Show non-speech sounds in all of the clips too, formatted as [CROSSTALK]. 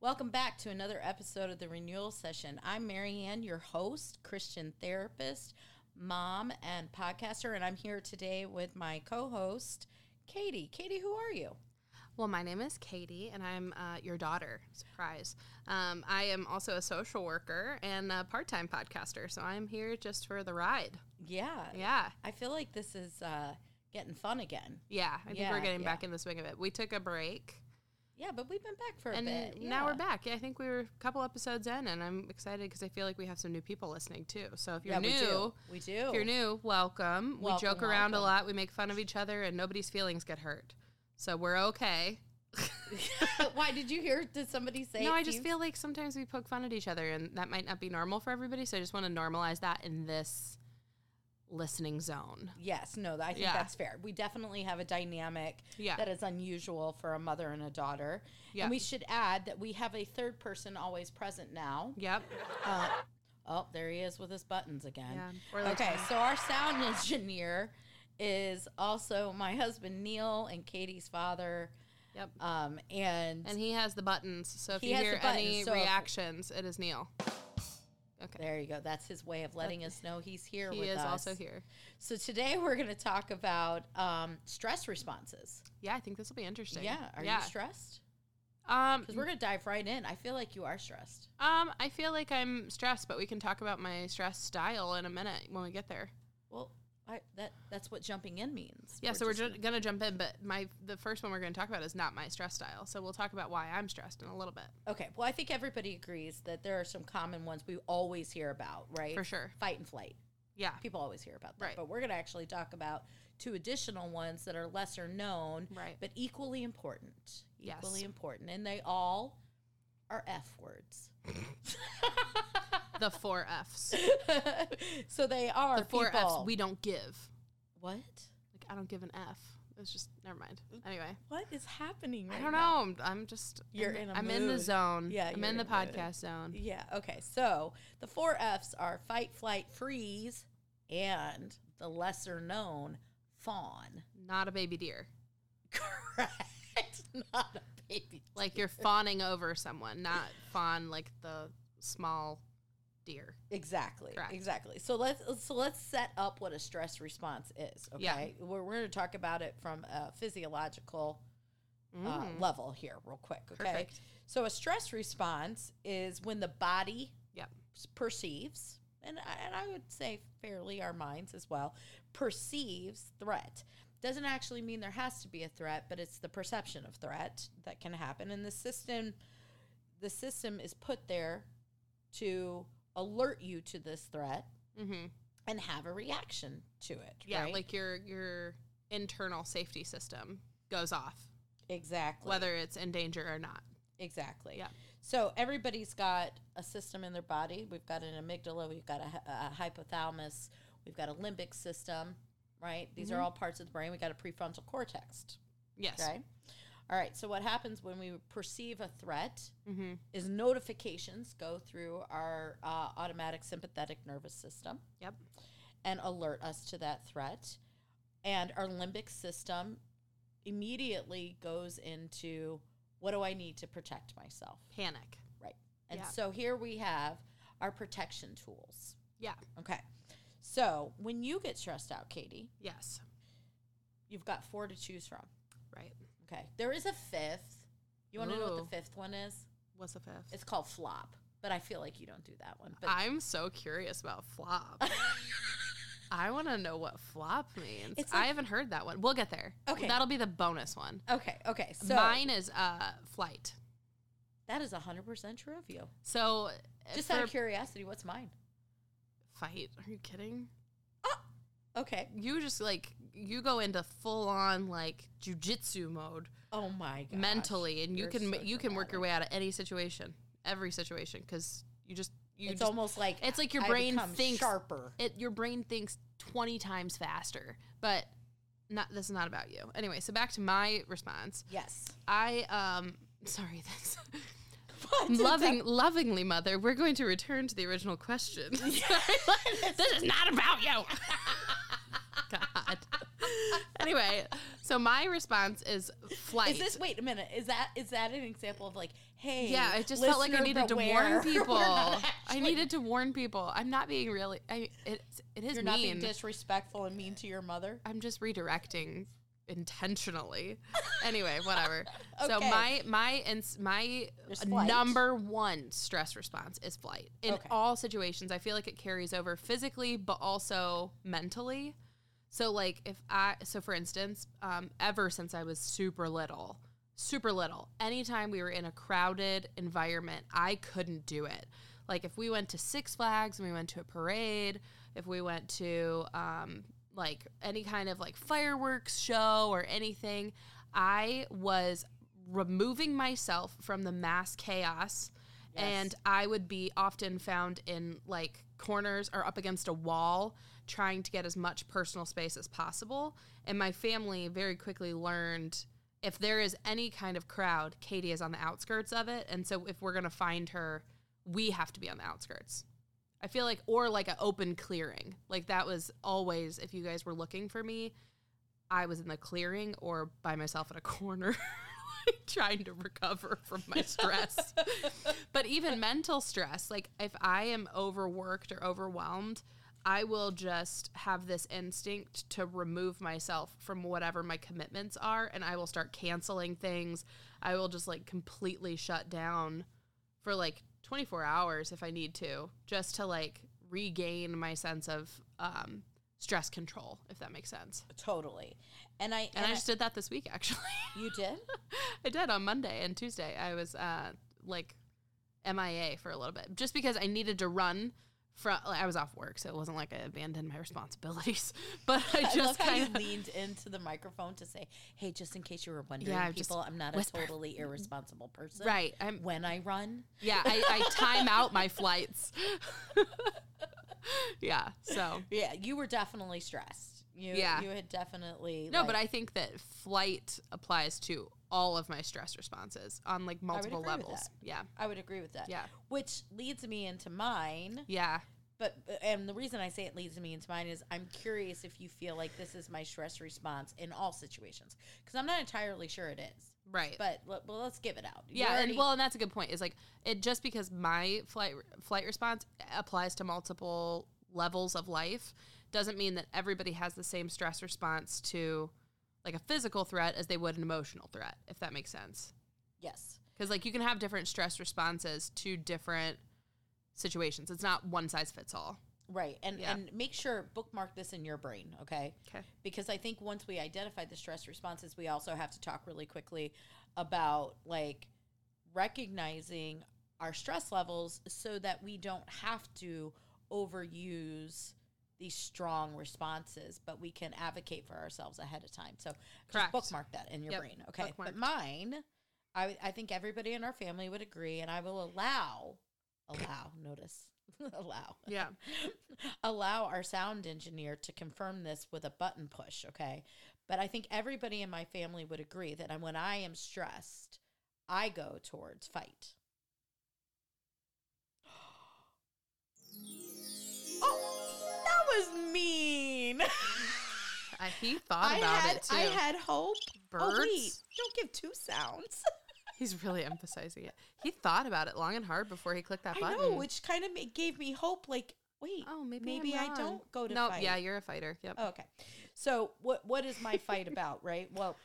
Welcome back to another episode of the Renewal Session. I'm Marianne, your host, Christian therapist, mom, and podcaster, and I'm here today with my co host, Katie. Katie, who are you? Well, my name is Katie, and I'm uh, your daughter. Surprise. Um, I am also a social worker and a part time podcaster, so I'm here just for the ride. Yeah. Yeah. I feel like this is uh, getting fun again. Yeah. I think Yeah, we're getting yeah. back in the swing of it. We took a break, Yeah, but we've been back for a and bit. now we're yeah. back. Yeah, I think we were a couple episodes in, and I'm excited because I feel like we have some new people listening too. So if you're Yeah, new, we do. We do. If you're new, welcome. we Welcome, joke around a welcome. lot. We make fun of each other, and nobody's feelings get hurt. So we're [LAUGHS] okay. Why did you hear? Did somebody say? No, it I to just you? feel like sometimes we poke fun at each other, and that might not be normal for everybody. So I just want to normalize that in this listening zone. Yes, no, I think Yeah. that's fair. We definitely have a dynamic Yeah. that is unusual for a mother and a daughter. Yeah. And we should add that we have a third person always present now. Yep. Uh, oh, there he is with his buttons again. Yeah, we're like- okay, so our sound [LAUGHS] engineer is also my husband Neil and Katie's father. Yep. Um, and, And he has the buttons. So if He you has the hear buttons, any so if- reactions, it is Neil. Okay. there you go. That's his way of letting us know he's here He with is us. also here. So today we're going to talk about um, stress responses. Yeah, I think this will be interesting. Yeah. Are yeah. you stressed? um, Because we're going to dive right in. I feel like you are stressed. um, I feel like I'm stressed, but we can talk about my stress style in a minute when we get there. Well, I, that that's what jumping in means. Yeah, so we're just just gonna jump in, but my the first one we're gonna talk about is not my stress style. So we'll talk about why I'm stressed in a little bit. okay. Well, I think everybody agrees that there are some common ones we always hear about, right? For sure. Fight and flight. Yeah. People always hear about that. Right. But we're going to actually talk about two additional ones that are lesser known, Right. but equally important. Yes. Equally important, and they all are F words. [LAUGHS] the four F's. so they are The four people. F's we don't give. what? Like I don't give an F. It's just never mind. Mm. Anyway, What is happening? Right I don't now? know. I'm, I'm just You're I'm, in a I'm in the mood. zone. Yeah, I'm you're in the in a mood. podcast zone. Yeah. Okay. So the four F's are fight, flight, freeze, and the lesser known fawn. [LAUGHS] Not a baby deer. Correct. Not a baby. Like you're fawning over someone, not fawn like the small deer. Exactly. Correct. Exactly. So let's so let's set up what a stress response is. Okay. Yeah. We're we're going to talk about it from a physiological uh, Mm. level here, real quick. Okay. Perfect. So a stress response is when the body Yep. s- perceives, and I, and I would say fairly our minds as well, perceives threat. Doesn't actually mean there has to be a threat, but it's the perception of threat that can happen, and the system, the system is put there to alert you to this threat Mm-hmm. and have a reaction to it. Yeah, right? like your your internal safety system goes off, exactly. whether it's in danger or not. Exactly. Yeah. So everybody's got a system in their body. We've got an amygdala. We've got a, hy- a hypothalamus. We've got a limbic system, right? These are all parts of the brain. We got a prefrontal cortex. Mm-hmm. Yes. Okay. All right. So what happens when we perceive a threat Mm-hmm. is notifications go through our uh, automatic sympathetic nervous system Yep. and alert us to that threat. And our limbic system immediately goes into what do I need to protect myself? Panic. Right. And Yeah. so here we have our protection tools. Yeah. Okay. So when you get stressed out, Katie, Yes. you've got four to choose from. Right. Okay. There is a fifth. You want to know what Ooh. the fifth one is? What's the fifth? It's called flop, but I feel like you don't do that one. But I'm so curious about [LAUGHS] flop. I want to know what flop means. It's I like- haven't heard that one. We'll get there. Okay. That'll be the bonus one. okay, okay. So Mine is uh flight. that is 100% true of you. So Just for out of curiosity, what's mine? fight. Are you kidding? Okay. You just like you go into full on like jujitsu mode Oh my god. mentally, and you You're can so you can work your dramatic. way out of any situation, every situation, because you just you It's just almost like it's like your I brain become thinks- sharper. it your brain thinks 20 times faster but not this is not about you anyway so back to my response [LAUGHS] Yes. i um [LAUGHS] sorry that's What [LAUGHS] is that? loving lovingly mother we're going to return to the [LAUGHS] original question [LAUGHS] this is not about you god anyway so my response is flight Is this wait a minute? Is that is that an example of like, hey, yeah, I just felt like I listener, needed to beware. warn [LAUGHS] We're people. not I actually- needed to warn people. I'm not being really. I it's it is You're not being mean. disrespectful and mean to your mother. I'm just redirecting intentionally. anyway, whatever. So Okay. my my and my There's flight. number one stress response is flight in Okay. all situations. I feel like it carries over physically, but also mentally. So like if I so for instance, um, ever since I was super little, super little, anytime we were in a crowded environment, I couldn't do it. Like if we went to Six Flags and we went to a parade, if we went to um, like any kind of like fireworks show or anything, I was removing myself from the mass chaos Yes. and I would be often found in like corners or up against a wall trying to get as much personal space as possible. And my family very quickly learned if there is any kind of crowd, Katie is on the outskirts of it. And so if we're going to find her, we have to be on the outskirts. I feel like, or like an open clearing. Like that was always, if you guys were looking for me, I was in the clearing or by myself in a corner, [LAUGHS] like trying to recover from my stress. but even mental stress, like if I am overworked or overwhelmed, I will just have this instinct to remove myself from whatever my commitments are and I will start canceling things. I will just like completely shut down for like 24 hours if I need to, just to like regain my sense of um, stress control, if that makes sense. Totally. And I And I and just did that this week, actually. I- you did? I did on Monday and Tuesday. I was uh, like MIA for a little bit just because I needed to run. From I was off work, so it wasn't like I abandoned my [LAUGHS] responsibilities, but I I love just how you kind of leaned into the microphone to say, "Hey, just in case you were wondering, Yeah, I just people, I'm not whisper. Mm-hmm. a totally irresponsible person." right. I'm When I run, yeah. I, I time out my flights. [LAUGHS] yeah. So yeah, you were definitely stressed. You, Yeah. you had definitely no, but like- I think that flight applies to all of my stress responses on like multiple agree with levels. that. Yeah. I would agree with that. Yeah. Which leads me into mine. Yeah. But and the reason I say it leads me into mine is I'm curious if you feel like this is my stress response in all situations because I'm not entirely sure it is. Right. But let, well, let's give it out. You Yeah, already- and well, and that's a good point. Is like it just because my flight flight response applies to multiple levels of life doesn't mean that everybody has the same stress response to like a physical threat as they would an emotional threat, if that makes sense. yes. Because like you can have different stress responses to different situations. It's not one size fits all. Right. And Yeah. and make sure bookmark this in your brain, okay? Okay. Because I think once we identify the stress responses, we also have to talk really quickly about like recognizing our stress levels so that we don't have to overuse these strong responses, but we can advocate for ourselves ahead of time. So just Correct. bookmark that in your Yep, brain, okay? But bookmarked. mine, I I think everybody in our family would agree, and I will allow allow notice [LAUGHS] allow Yeah. allow our sound engineer to confirm this with a button push, okay? But I think everybody in my family would agree that when I am stressed, I go towards fight. [GASPS] Oh, that was mean. I, he thought I about had it too. I had hope. Oh wait, Birds? don't give two sounds. He's really emphasizing it. He thought about it long and hard before he clicked that I button. know, which kind of gave me hope. Like, wait, oh, maybe maybe I'm I wrong. don't go to no, fight. yeah, you're a fighter. Yep. Oh, okay. So what what is my fight about, right? Well,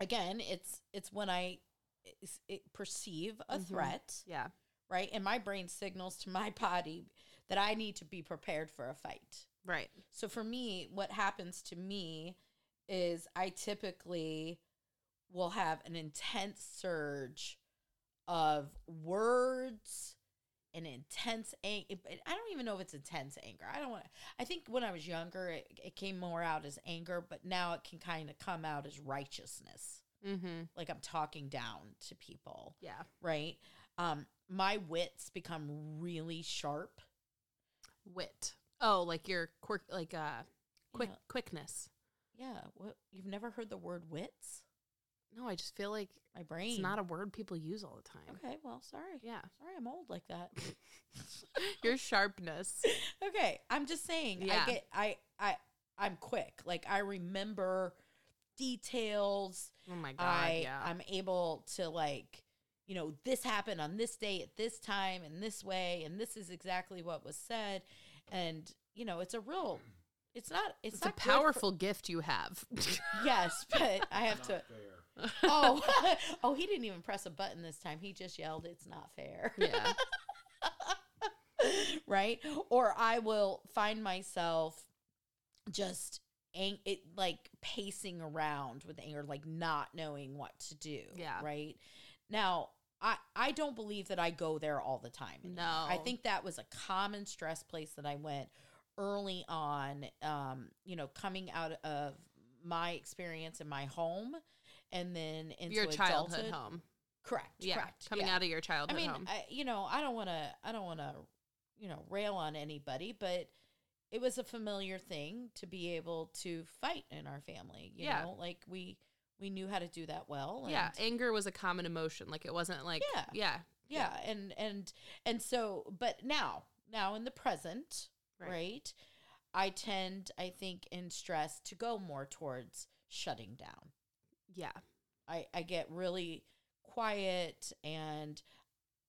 again, it's it's when I it's- it perceive a Mhm. threat, Yeah. right? And my brain signals to my [LAUGHS] body that I need to be prepared for a fight. Right. So for me, what happens to me is I typically will have an intense surge of words and intense anger. I don't even know if it's intense anger. I don't want I think when I was younger, it, it came more out as anger, but now it can kind of come out as righteousness. Mm-hmm. Like I'm talking down to people Yeah. right? Um, my wits become really sharp. Wit. Oh, like your quirk, like uh, quick Yeah. quickness. Yeah, what you've never heard the word wits? No, I just feel like My brain. it's not a word people use all the time. okay. Well, sorry, [LAUGHS] Yeah. sorry, I'm old like that. [LAUGHS] Your sharpness. okay, I'm just saying. Yeah. I get. I I I'm quick. Like I remember details. Oh my god. I yeah. I'm able to like you know, this happened on this day at this time in this way, and this is exactly what was said. And, you know, it's a real, it's not, it's, It's a not good for- powerful gift you have. [LAUGHS] yes, but I [LAUGHS] have to, Not fair. oh, [LAUGHS] oh, he didn't even press a button this time. He just yelled, it's not fair. yeah. [LAUGHS] right? Or I will find myself just ang- it, like pacing around with anger, like not knowing what to do. Yeah. Right. Now, I, I don't believe that I go there all the time. anymore. No. I think that was a common stress place that I went early on, um, you know, coming out of my experience in my home and then into Your childhood adulthood. home. Correct. Yeah. Correct. Coming yeah. out of your I childhood mean, home. I, you know, I don't want to, I don't want to, you know, rail on anybody, but it was a familiar thing to be able to fight in our family. You Yeah. know, like we we knew how to do that well. And yeah. Anger was a common emotion. Like it wasn't like yeah. Yeah. yeah, and and and so, but now, now in the present, Right. right. I tend, I think, in stress to go more towards shutting down. Yeah. I, I get really quiet and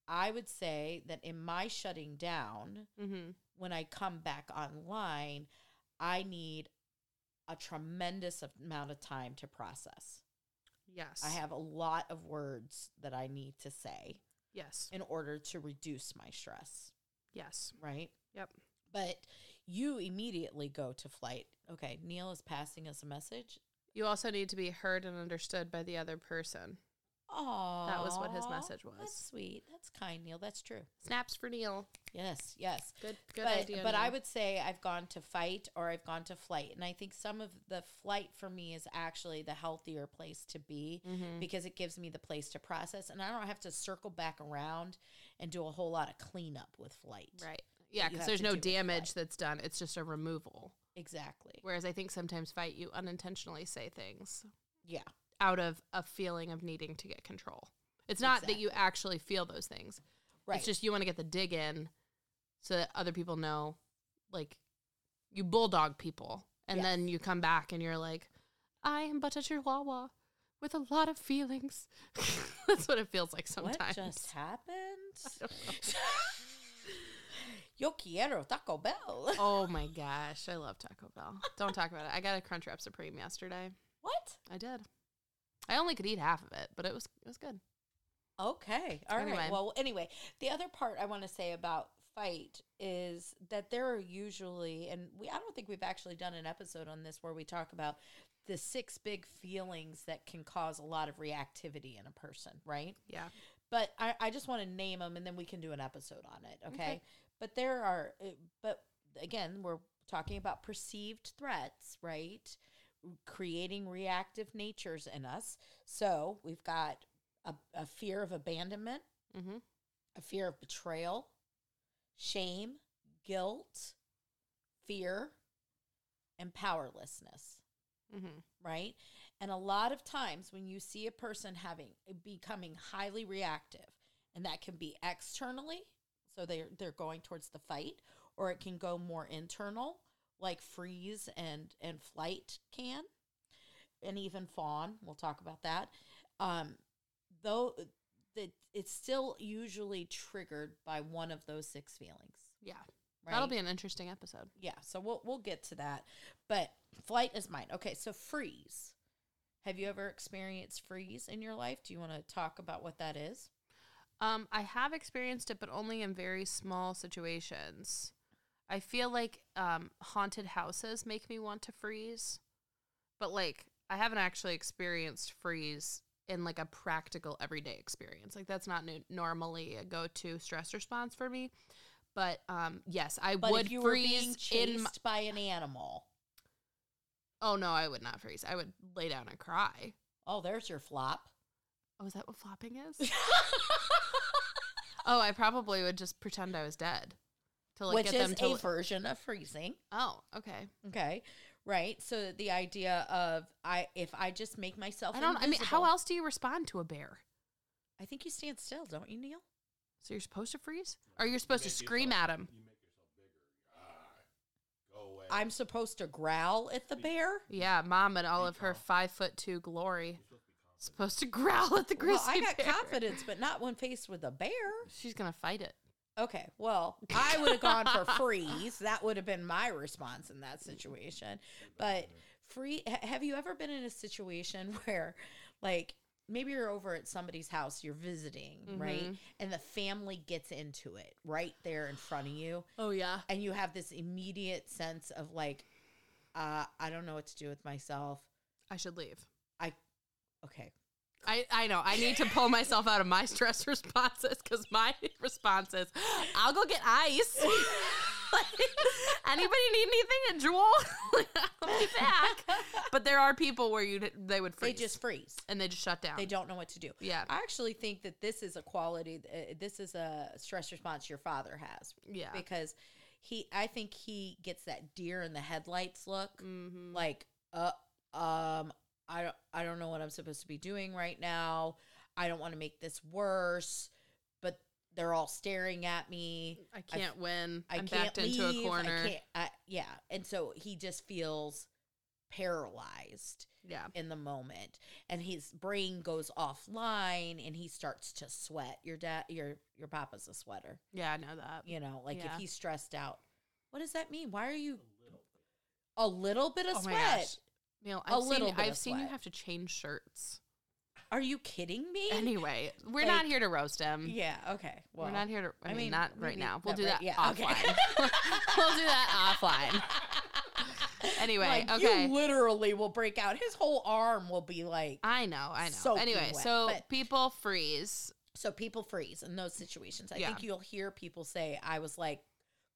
I would say that in my shutting down, Mm-hmm. when I come back online, I need a tremendous amount of time to process. Yes. I have a lot of words that I need to say Yes. in order to reduce my stress, Yes. right? Yep. But you immediately go to flight. Okay, Neil is passing us a message. You also need to be heard and understood by the other person. Oh, was what his message was. That's sweet. That's kind, Neil. That's true. Snaps for Neil. Yes, yes. Good. Good but, idea. But I Neil. would say I've gone to fight or I've gone to flight. And I think some of the flight for me is actually the healthier place to be Mm-hmm. because it gives me the place to process. And I don't have to circle back around and do a whole lot of cleanup with flight. Right. Yeah, you because have there's to no do with damage flight. that's done. It's just a removal. Exactly. Whereas I think sometimes fight you unintentionally say things Yeah. out of a feeling of needing to get control. It's not that you actually feel those things. Right. It's just you want to get the dig in so that other people know like you bulldog people and then Yes. you come back and you're like, I am but a chihuahua with a lot of feelings. [LAUGHS] That's what it feels like sometimes. what just [LAUGHS] happened? [LAUGHS] Yo quiero Taco [LAUGHS] Bell. oh my gosh, I love Taco Bell. Don't talk about it. I got a Crunchwrap Supreme yesterday. What? I did. I only could eat half of it, but it was it was good. Okay. All right. Anyway. Well, anyway, the other part I want to say about fight is that there are usually, and we I don't think we've actually done an episode on this where we talk about the six big feelings that can cause a lot of reactivity in a person, right? Yeah. But I, I just want to name them, and then we can do an episode on it. Okay. Okay. But there are, uh, but again, we're talking about perceived threats, right? Creating reactive natures in us. So we've got a, a fear of abandonment, Mm-hmm. a fear of betrayal, shame, guilt, fear, and powerlessness, Mm-hmm. right? And a lot of times when you see a person having becoming highly reactive, and that can be externally, so they're they're going towards the fight, or it can go more internal, like freeze and and flight can, and even fawn. We'll talk about that. Um, though that it's still usually triggered by one of those six feelings. Yeah. Right? That'll be an interesting episode. yeah. So we'll we'll get to that, but flight is mine. Okay, so freeze. Have you ever experienced freeze in your life? Do you want to talk about what that is? Um, I have experienced it, but only in very small situations. I feel like um, haunted houses make me want to freeze, but like I haven't actually experienced freeze in like a practical everyday experience. Like that's not nu- normally a go-to stress response for me. But um, yes, I But would if you were being freeze chased in. My- by an animal, oh no, I would not freeze. I would lay down and cry. oh, there's your flop. Oh, is that what flopping [LAUGHS] is? oh, I probably would just pretend I was dead to like Which get is them to. a li- version of freezing. oh, okay. Okay. Right. So the idea of I if I just make myself I don't. I mean, how invisible- else do you respond to a bear? I think you stand still, don't you, Neil? So you're supposed to freeze, or you're supposed to make scream yourself- at him? You make yourself bigger. Ah, go away. I'm supposed to growl at the bear. Yeah, mom and all of her calm. five foot two glory. You're supposed to be calm. Supposed to [LAUGHS] growl at the Well, grizzly I got bear. confidence, but not when faced with a bear. She's gonna fight it. Okay, well, I would have gone for freeze. That would have been my response in that situation. But free, ha- have you ever been in a situation [LAUGHS] where, like, maybe you're over at somebody's house, you're visiting, right? Mhm. And the family gets into it right there in front of you. Oh yeah. And you have this immediate sense of, like, uh, I don't know what to do with myself. I should leave. Okay. I, I know. I need to pull myself out of my stress [LAUGHS] responses because my response is, I'll go get ice. [LAUGHS] Like, anybody need anything at Jewel? Like, [LAUGHS] I'll be [LAUGHS] back. But there are people where you they would freeze They just freeze. and they just shut down. They don't know what to do. Yeah. I actually think that this is a quality, uh, this is a stress response your father has yeah. because he, I think he gets that deer in the headlights look, Mm-hmm. like, uh, um, I don't, I don't know what I'm supposed to be doing right now. I don't want to make this worse, but they're all staring at me. I can't win. I I'm can't backed into leave. a corner. I can't, I, yeah, and so he just feels paralyzed Yeah. in the moment and his brain goes offline and he starts to sweat your dad your your papa's a sweater Yeah, I know that. you know like Yeah. if he's stressed out what does that mean why are you a little bit of Oh my gosh. sweat Neil, A I've seen, little bit I've of seen you sweat. have to change shirts. are you kidding me Anyway, we're not Like- here to roast him. yeah okay well We're not here to. I, I mean, mean, not right maybe now. We'll not do right- that yeah, okay. offline. [LAUGHS] we'll do that offline. [LAUGHS] Anyway, like, okay. you literally will break out his whole arm will be like [LAUGHS] I know, I know. soaking anyway, wet, so but- people freeze. so people freeze in those situations i Yeah. think you'll hear people say i was like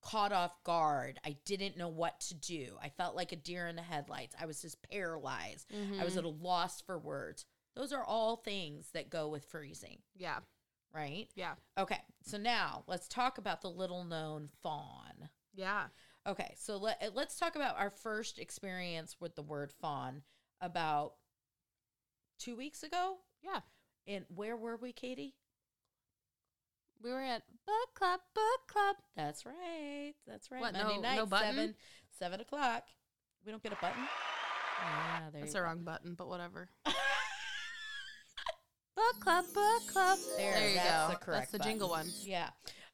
caught off guard i didn't know what to do i felt like a deer in the headlights i was just paralyzed I was Mhm. at a loss for words. Those are all things that go with freezing, yeah, right? yeah, Okay, so now let's talk about the little known fawn. yeah. Okay, so let, uh, let's talk about our first experience with the word fawn about two weeks ago. Yeah. And where were we, Katie? We were at book club, book club. That's right. That's right. What, Monday no- night, no button? seven seven o'clock. We don't get a button. Yeah, there That's you the go. wrong button, but whatever. book club, book club. There, you that's go. the correct that's the jingle one. [LAUGHS] Yeah.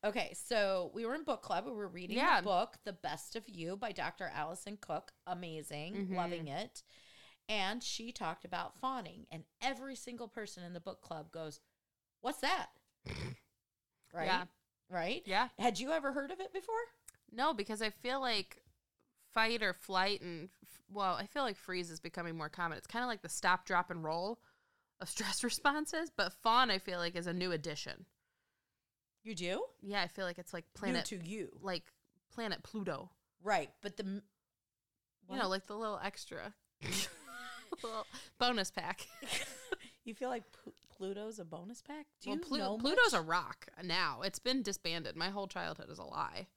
Okay. So we were in book club. We were reading Yeah. the book, The Best of You by Dr. Allison Cook. Amazing. Mhm. Loving it. And she talked about fawning. And every single person in the book club goes, What's [LAUGHS] that? right. Yeah. Right. Yeah. Had you ever heard of it before? No, because I feel like fight or flight and f- well, I feel like freeze is becoming more common. It's kind of like the stop, drop, and roll of [LAUGHS] stress responses, but fawn I feel like is a new addition. You do? Yeah, I feel like it's like New planet to you. like planet Pluto. Right. But the. m- You know, What? like the little [LAUGHS] extra [LAUGHS] little bonus pack. [LAUGHS] you feel like P- Pluto's a bonus pack? Do well, you Plu- know Pluto's much? a rock now. It's been disbanded. My whole childhood is a lie.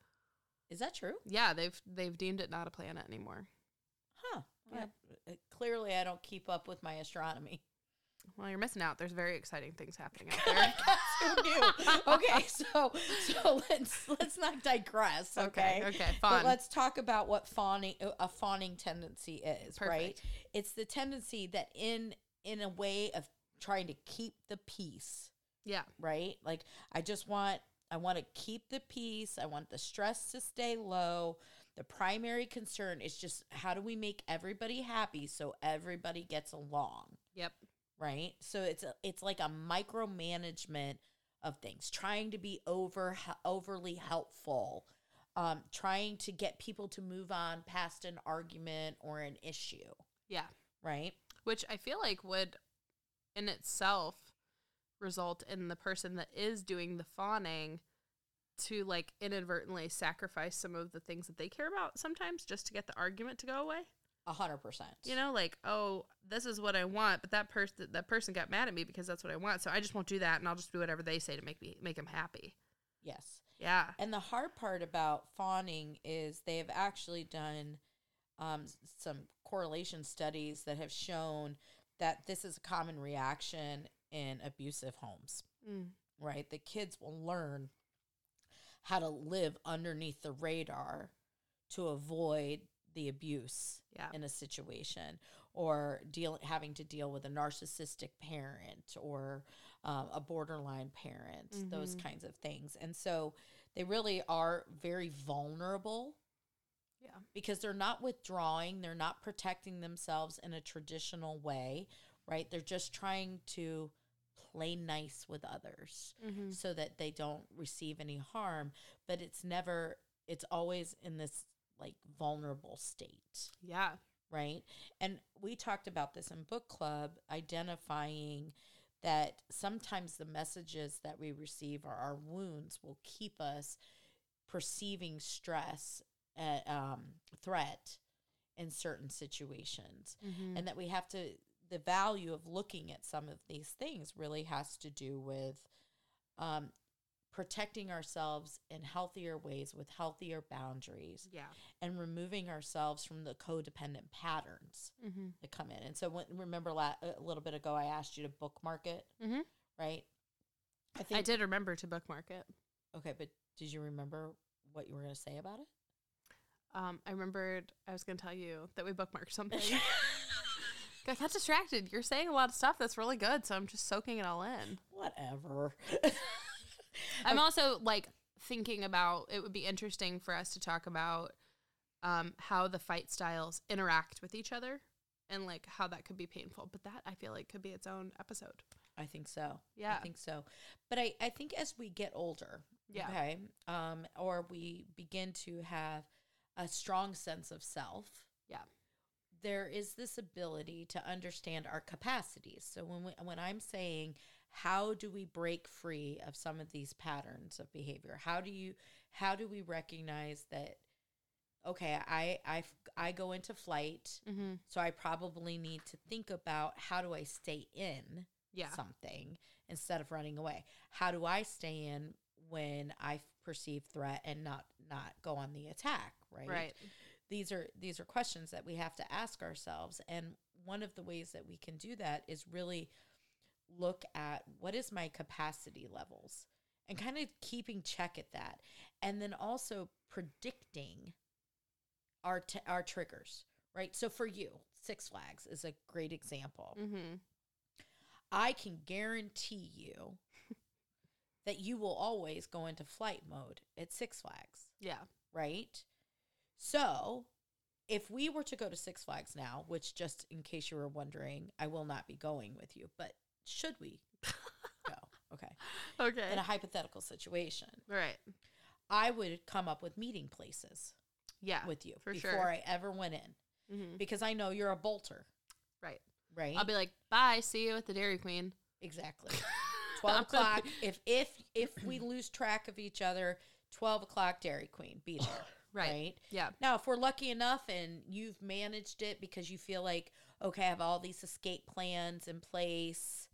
Is that true? Yeah, they've they've deemed it not a planet anymore. Huh. Yeah. I- uh, clearly, I don't keep up with my astronomy. [LAUGHS] Well, you're missing out. There's very exciting things happening out [LAUGHS] there. Who knew? [LAUGHS] Okay, so so let's let's not digress. Okay, Okay. Okay. But Fun. let's talk about what fawning uh, a fawning tendency is. Right, Perfect. it's the tendency that in in a way of trying to keep the peace. yeah. Right, like I just want I want to keep the peace. I want the stress to stay low. The primary concern is just how do we make everybody happy so everybody gets along Yep. right? So it's a, it's like a micromanagement of things, trying to be over overly helpful, um, trying to get people to move on past an argument or an issue, Yeah. right? Which I feel like would in itself result in the person that is doing the fawning to like inadvertently sacrifice some of the things that they care about sometimes just to get the argument to go away. A hundred percent. You know, like, oh, this is what I want, but that person that person got mad at me because that's what I want. So I just won't do that and I'll just do whatever they say to make me make them happy. Yes. Yeah. And the hard part about fawning is they have actually done um, s- some correlation studies that have shown that this is a common reaction in abusive homes. Mm. right? The kids will learn how to live underneath the radar to avoid the abuse Yeah. in a situation or deal having to deal with a narcissistic parent or um, a borderline parent, those Mhm. kinds of things. And so they really are very vulnerable Yeah. because they're not withdrawing, they're not protecting themselves in a traditional way, right? They're just trying to play nice with others Mm-hmm. so that they don't receive any harm, but it's never it's always in this like vulnerable state, Yeah. right? And we talked about this in book club identifying that sometimes the messages that we receive or our wounds will keep us perceiving stress, uh, um, threat in certain situations Mm-hmm. and that we have to the value of looking at some of these things really has to do with um, protecting ourselves in healthier ways with healthier boundaries yeah. and removing ourselves from the codependent patterns Mm-hmm. that come in and so when, remember la- a little bit ago i asked you to bookmark it Mhm. right i I did remember to bookmark it. okay but did you remember what you were going to say about it Um, I remembered I was going to tell you that we bookmarked [LAUGHS] something. I got distracted. You're saying a lot of stuff that's really good, so I'm just soaking it all in. whatever I'm also like thinking about it would be interesting for us to talk about um, how the fight styles interact with each other and like how that could be painful. But that I feel like could be its own episode. [LAUGHS] I think so. Yeah. I think so. But I, I think as we get older, Yeah. okay, um, or we begin to have a strong sense of self. Yeah. There is this ability to understand our capacities. So when we, when I'm saying how do we break free of some of these patterns of behavior? How do you how do we recognize that okay, I I I go into flight, Mm-hmm. so I probably need to think about how do I stay in? Yeah. something instead of running away how do i stay in when i f- perceive threat and not not go on the attack right Right. these are these are questions that we have to ask ourselves and one of the ways that we can do that is really look at what is my capacity levels and kind of keeping check at that and then also predicting our t- our triggers right so for you six flags is a great example Mm-hmm. I can guarantee [LAUGHS] you that you will always go into flight mode at Six Flags, Yeah. right? So, if we were to go to Six Flags now, which just in case you were wondering, I will not be going with you, but should we [LAUGHS] go? Okay. Okay. In a hypothetical situation, right. I would come up with meeting places Yeah. with you for before sure. I ever went in mm-hmm. because I know you're a bolter, Right. right? I'll be like, bye. See you at the Dairy Queen. Exactly. [LAUGHS] Twelve o'clock. If if if we lose track of each other, twelve o'clock Dairy Queen. Be there. Right. Right. Yeah. Now, if we're lucky enough and you've managed it because you feel like, okay, I have all these escape plans in place,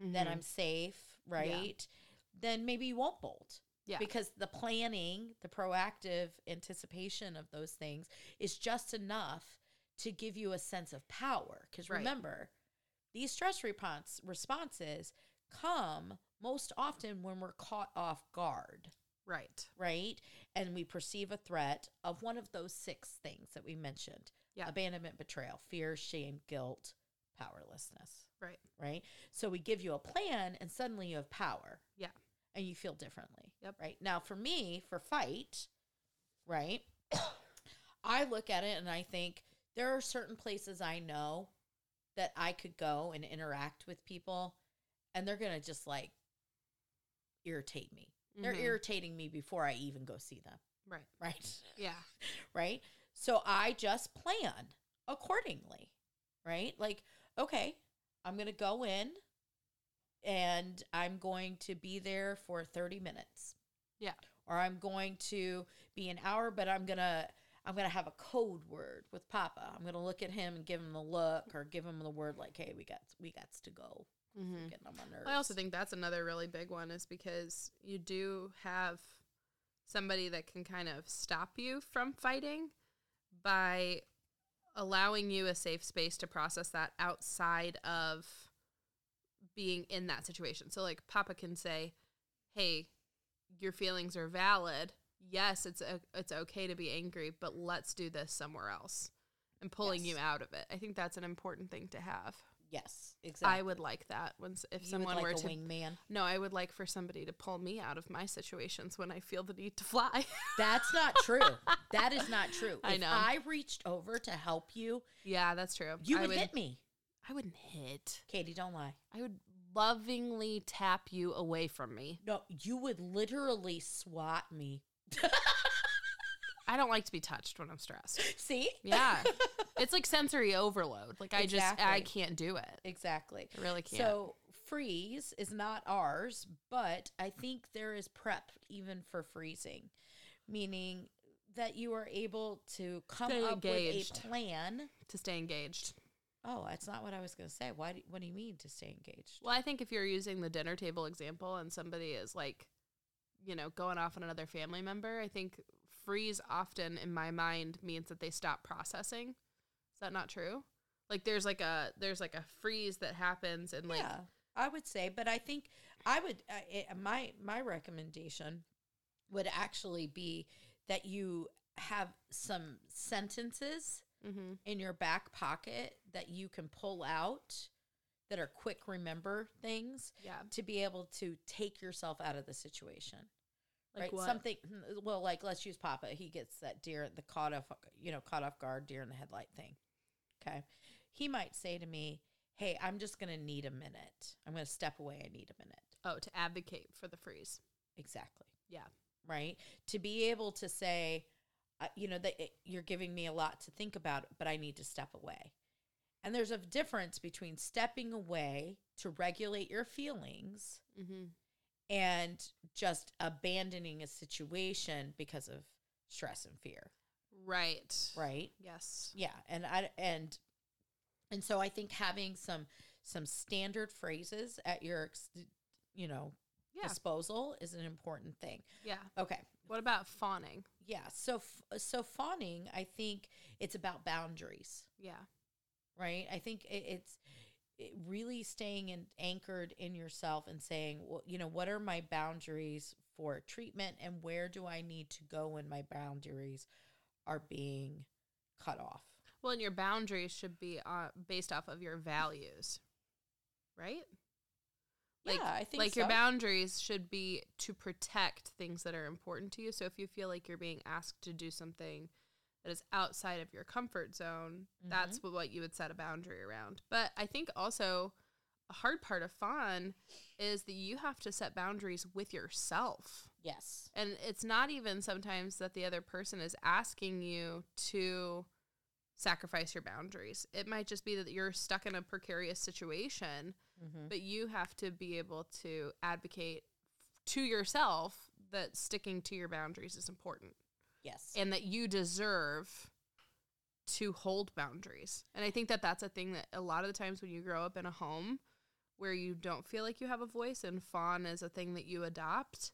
then Mm-hmm. I'm safe, right? Then maybe you won't bolt. Yeah. Because the planning, the proactive anticipation of those things is just enough to give you a sense of power. Because Right. remember, these stress response responses come most often when we're caught off guard right. right? And we perceive a threat of one of those six things that we mentioned Yeah. abandonment, betrayal, fear, shame, guilt, powerlessness, Right. right? So we give you a plan and suddenly you have power. Yeah. And you feel differently. Yep. Right. Now, for me, for fight, right? [COUGHS] I look at it and I think there are certain places I know that I could go and interact with people and they're going to just like irritate me. They're Mhm. irritating me before I even go see them. Right. Right. Yeah. Right. So I just plan accordingly. Right. Like, okay, I'm going to go in and I'm going to be there for 30 minutes. Yeah. Or I'm going to be an hour, but I'm going to. I'm gonna have a code word with Papa. I'm gonna look at him and give him the look, or give him the word like, "Hey, we got we got to go." Mm-hmm. Getting on my nerves. I also think that's another really big one is because you do have somebody that can kind of stop you from fighting by allowing you a safe space to process that outside of being in that situation. So like Papa can say, "Hey, your feelings are valid. Yes, it's o it's okay to be angry, but let's do this somewhere else." and pulling Yes. you out of it. I think that's an important thing to have. Yes, exactly. I would like that when s- if You would someone like were a to wingman. No, I would like for somebody to pull me out of my situations when I feel the need to fly. [LAUGHS] That's not true. that is not true. I if know. I reached over to help you, yeah, that's true. you I would, hit me. I wouldn't hit. Katie, don't lie. I would lovingly tap you away from me. No, you would literally swat me. [LAUGHS] I don't like to be touched when I'm stressed. See? [LAUGHS] Yeah. it's like sensory overload. Like I just I Exactly. can't do it. Exactly. I really can't. So freeze is not ours, but I think there is prep even for freezing, meaning that you are able to come Stay up engaged. with a plan. to stay engaged. Oh, that's not what I was going to say. Why? Do, what do you mean to stay engaged? Well, I think if you're using the dinner table example and somebody is like, you know, going off on another family member, I think freeze often in my mind means that they stop processing. Is that not true? Like there's like a there's like a freeze that happens and like yeah, I would say, but I think I would. Uh, it, my my recommendation would actually be that you have some sentences hmm in your back pocket that you can pull out that are quick remember things yeah. to be able to take yourself out of the situation. Like right? what? Something hmm, well, like let's use Papa. He gets that deer the caught off you know, caught off guard deer in the headlight thing. Okay. He might say to me, Hey, I'm just gonna need a minute. I'm gonna step away, I need a minute. Oh, to advocate for the freeze. Exactly. Yeah. Right? To be able to say, uh, you know, that it- you're giving me a lot to think about, but I need to step away. And there's a difference between stepping away to regulate your feelings Mm-hmm. and just abandoning a situation because of stress and fear Right. right Yes. yeah and i and and so i think having some some standard phrases at your ex- you know Yeah. disposal is an important thing Yeah. okay What about fawning? yeah so f- so fawning i think it's about boundaries Yeah. right? I think it, it's it really staying in, anchored in yourself and saying, well, you know, what are my boundaries for treatment and where do I need to go when my boundaries are being cut off? Well, and your boundaries should be uh, based off of your values, right? yeah, I think like your so. boundaries should be to protect things that are important to you. So if you feel like you're being asked to do something that is outside of your comfort zone, that's Mm-hmm. what, what you would set a boundary around. But I think also a hard part of fun is that you have to set boundaries with yourself. yes, And it's not even sometimes that the other person is asking you to sacrifice your boundaries. It might just be that you're stuck in a precarious situation, Mhm. but you have to be able to advocate to yourself that sticking to your boundaries is important yes, and that you deserve to hold boundaries. And I think that that's a thing that a lot of the times when you grow up in a home where you don't feel like you have a voice and fawn is a thing that you adopt,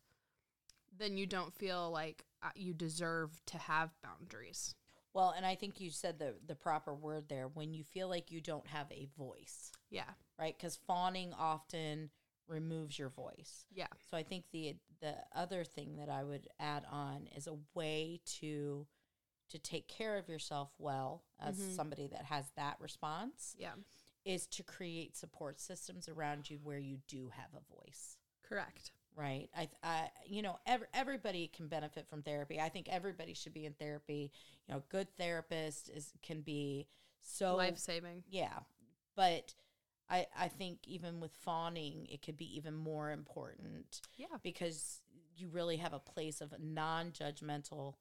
then you don't feel like uh, you deserve to have boundaries. well, and I think you said the the proper word there when you feel like you don't have a voice, Yeah. right? Because fawning often removes your voice. Yeah. So I think the the other thing that I would add on is a way to to take care of yourself well as Mhm. somebody that has that response Yeah. is to create support systems around you where you do have a voice. Correct. Right. I, th- I you know, ev- everybody can benefit from therapy. I think everybody should be in therapy. You know, good therapist is can be so Life saving. yeah. But I I think even with fawning, it could be even more important Yeah. because you really have a place of non-judgmental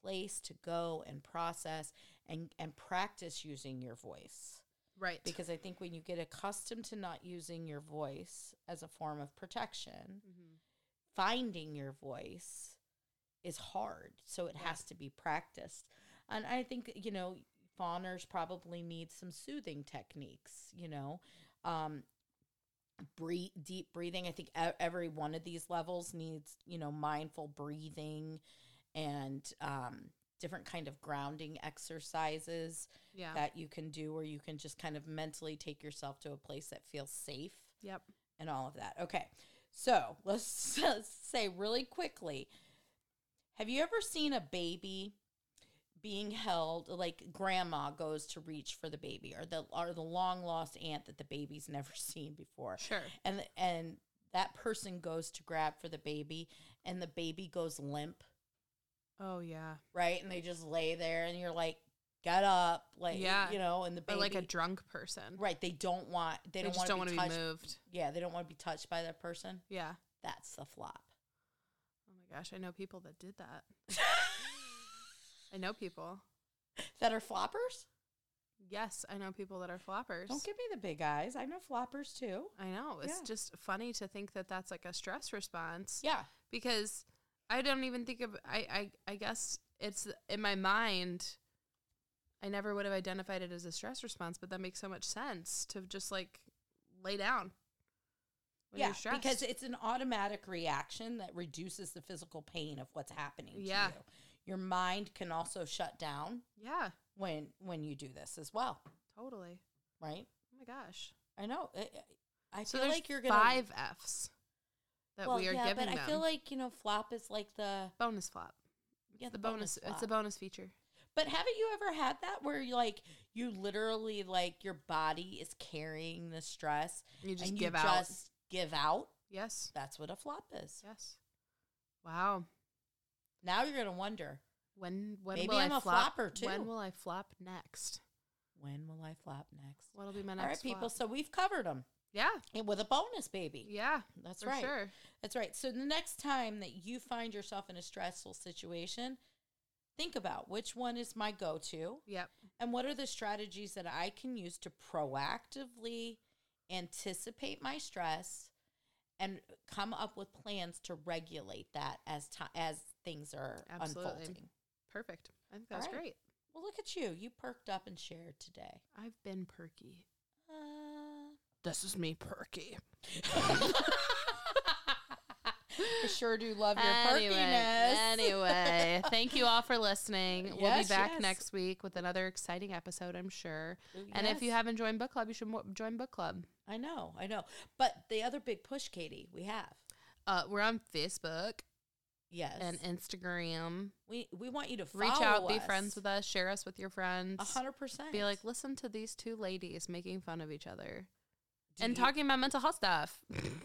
place to go and process and and practice using your voice Right. because i think when you get accustomed to not using your voice as a form of protection Mhm. finding your voice is hard so it has to be practiced and i think you know fawners probably need some soothing techniques you know um breathe deep breathing i think e- every one of these levels needs you know mindful breathing and um different kind of grounding exercises yeah. that you can do where you can just kind of mentally take yourself to a place that feels safe yep. and all of that. Okay. So let's, [LAUGHS] let's say really quickly Have you ever seen a baby being held like grandma goes to reach for the baby or the or the long lost aunt that the baby's [LAUGHS] never seen before Sure. and and that person goes to grab for the baby and the baby goes limp Oh yeah. right and they just lay there and you're like get up like Yeah. you know and the baby Or like a drunk person. right they don't want they, They, don't just don't want want to to be be touched moved. yeah they don't want to be touched by that person Yeah. that's the flop [LAUGHS] Oh my gosh, I know people that did that. I know people. that are floppers Yes, I know people that are floppers. don't give me the big eyes i know floppers too I know. It's Yeah. just funny to think that that's like a stress response. yeah Because I don't even think of I I I guess it's in my mind I never would have identified it as a stress response, but that makes so much sense to just like lay down when yeah you're stressed. because it's an automatic reaction that reduces the physical pain of what's happening Yeah. to you your mind can also shut down yeah, when when you do this as well totally. right Oh my gosh. i know it, i So feel there's like you're gonna five F's that well, we are yeah, giving but them. i feel like you know flop is like the bonus flop. yeah, the, bonus. it's the flop. bonus feature. but haven't you ever had that where you like you literally like your body is carrying the stress You just and give you out. just give out yes. that's what a flop is Yes. Wow. now you're gonna wonder When when Maybe will I'm I a flop? flopper, too. When will I flop next? when will i flop next What'll be my next? all right people flop? so we've covered them Yeah. and with a bonus baby Yeah. that's for right sure. That's right. So the next time that you find yourself in a stressful situation, think about which one is my go to Yep. and what are the strategies that I can use to proactively anticipate my stress and come up with plans to regulate that as ti as things are Absolutely. unfolding. Perfect. I think that was All right. great. Well, look at you. You perked up and shared today. I've been perky. Uh, This is me perky. [LAUGHS] I sure do love your Anyway, perkiness. anyway, thank you all for listening. We'll Yes, be back yes. next week with another exciting episode, I'm sure. [LAUGHS] Ooh, And if you yes. haven't joined book club, you should mo- join book club. I know, I know. But the other big push, Katie, we have. Uh, we're on Facebook Yes. and Instagram. we we want you to follow Reach out, us. be friends with us, share us with your friends. a hundred percent. Be like, listen to these two ladies making fun of each other Do and you- talking about mental health stuff.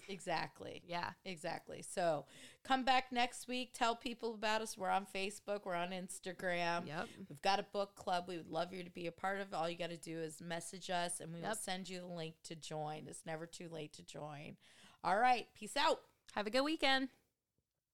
exactly. [LAUGHS] yeah. Exactly. So come back next week. Tell people about us. We're on Facebook. We're on Instagram. Yep. We've got a book club. We would love you to be a part of. All you got to do is message us, and we will Yep. send you the link to join. It's never too late to join. All right. Peace out. Have a good weekend.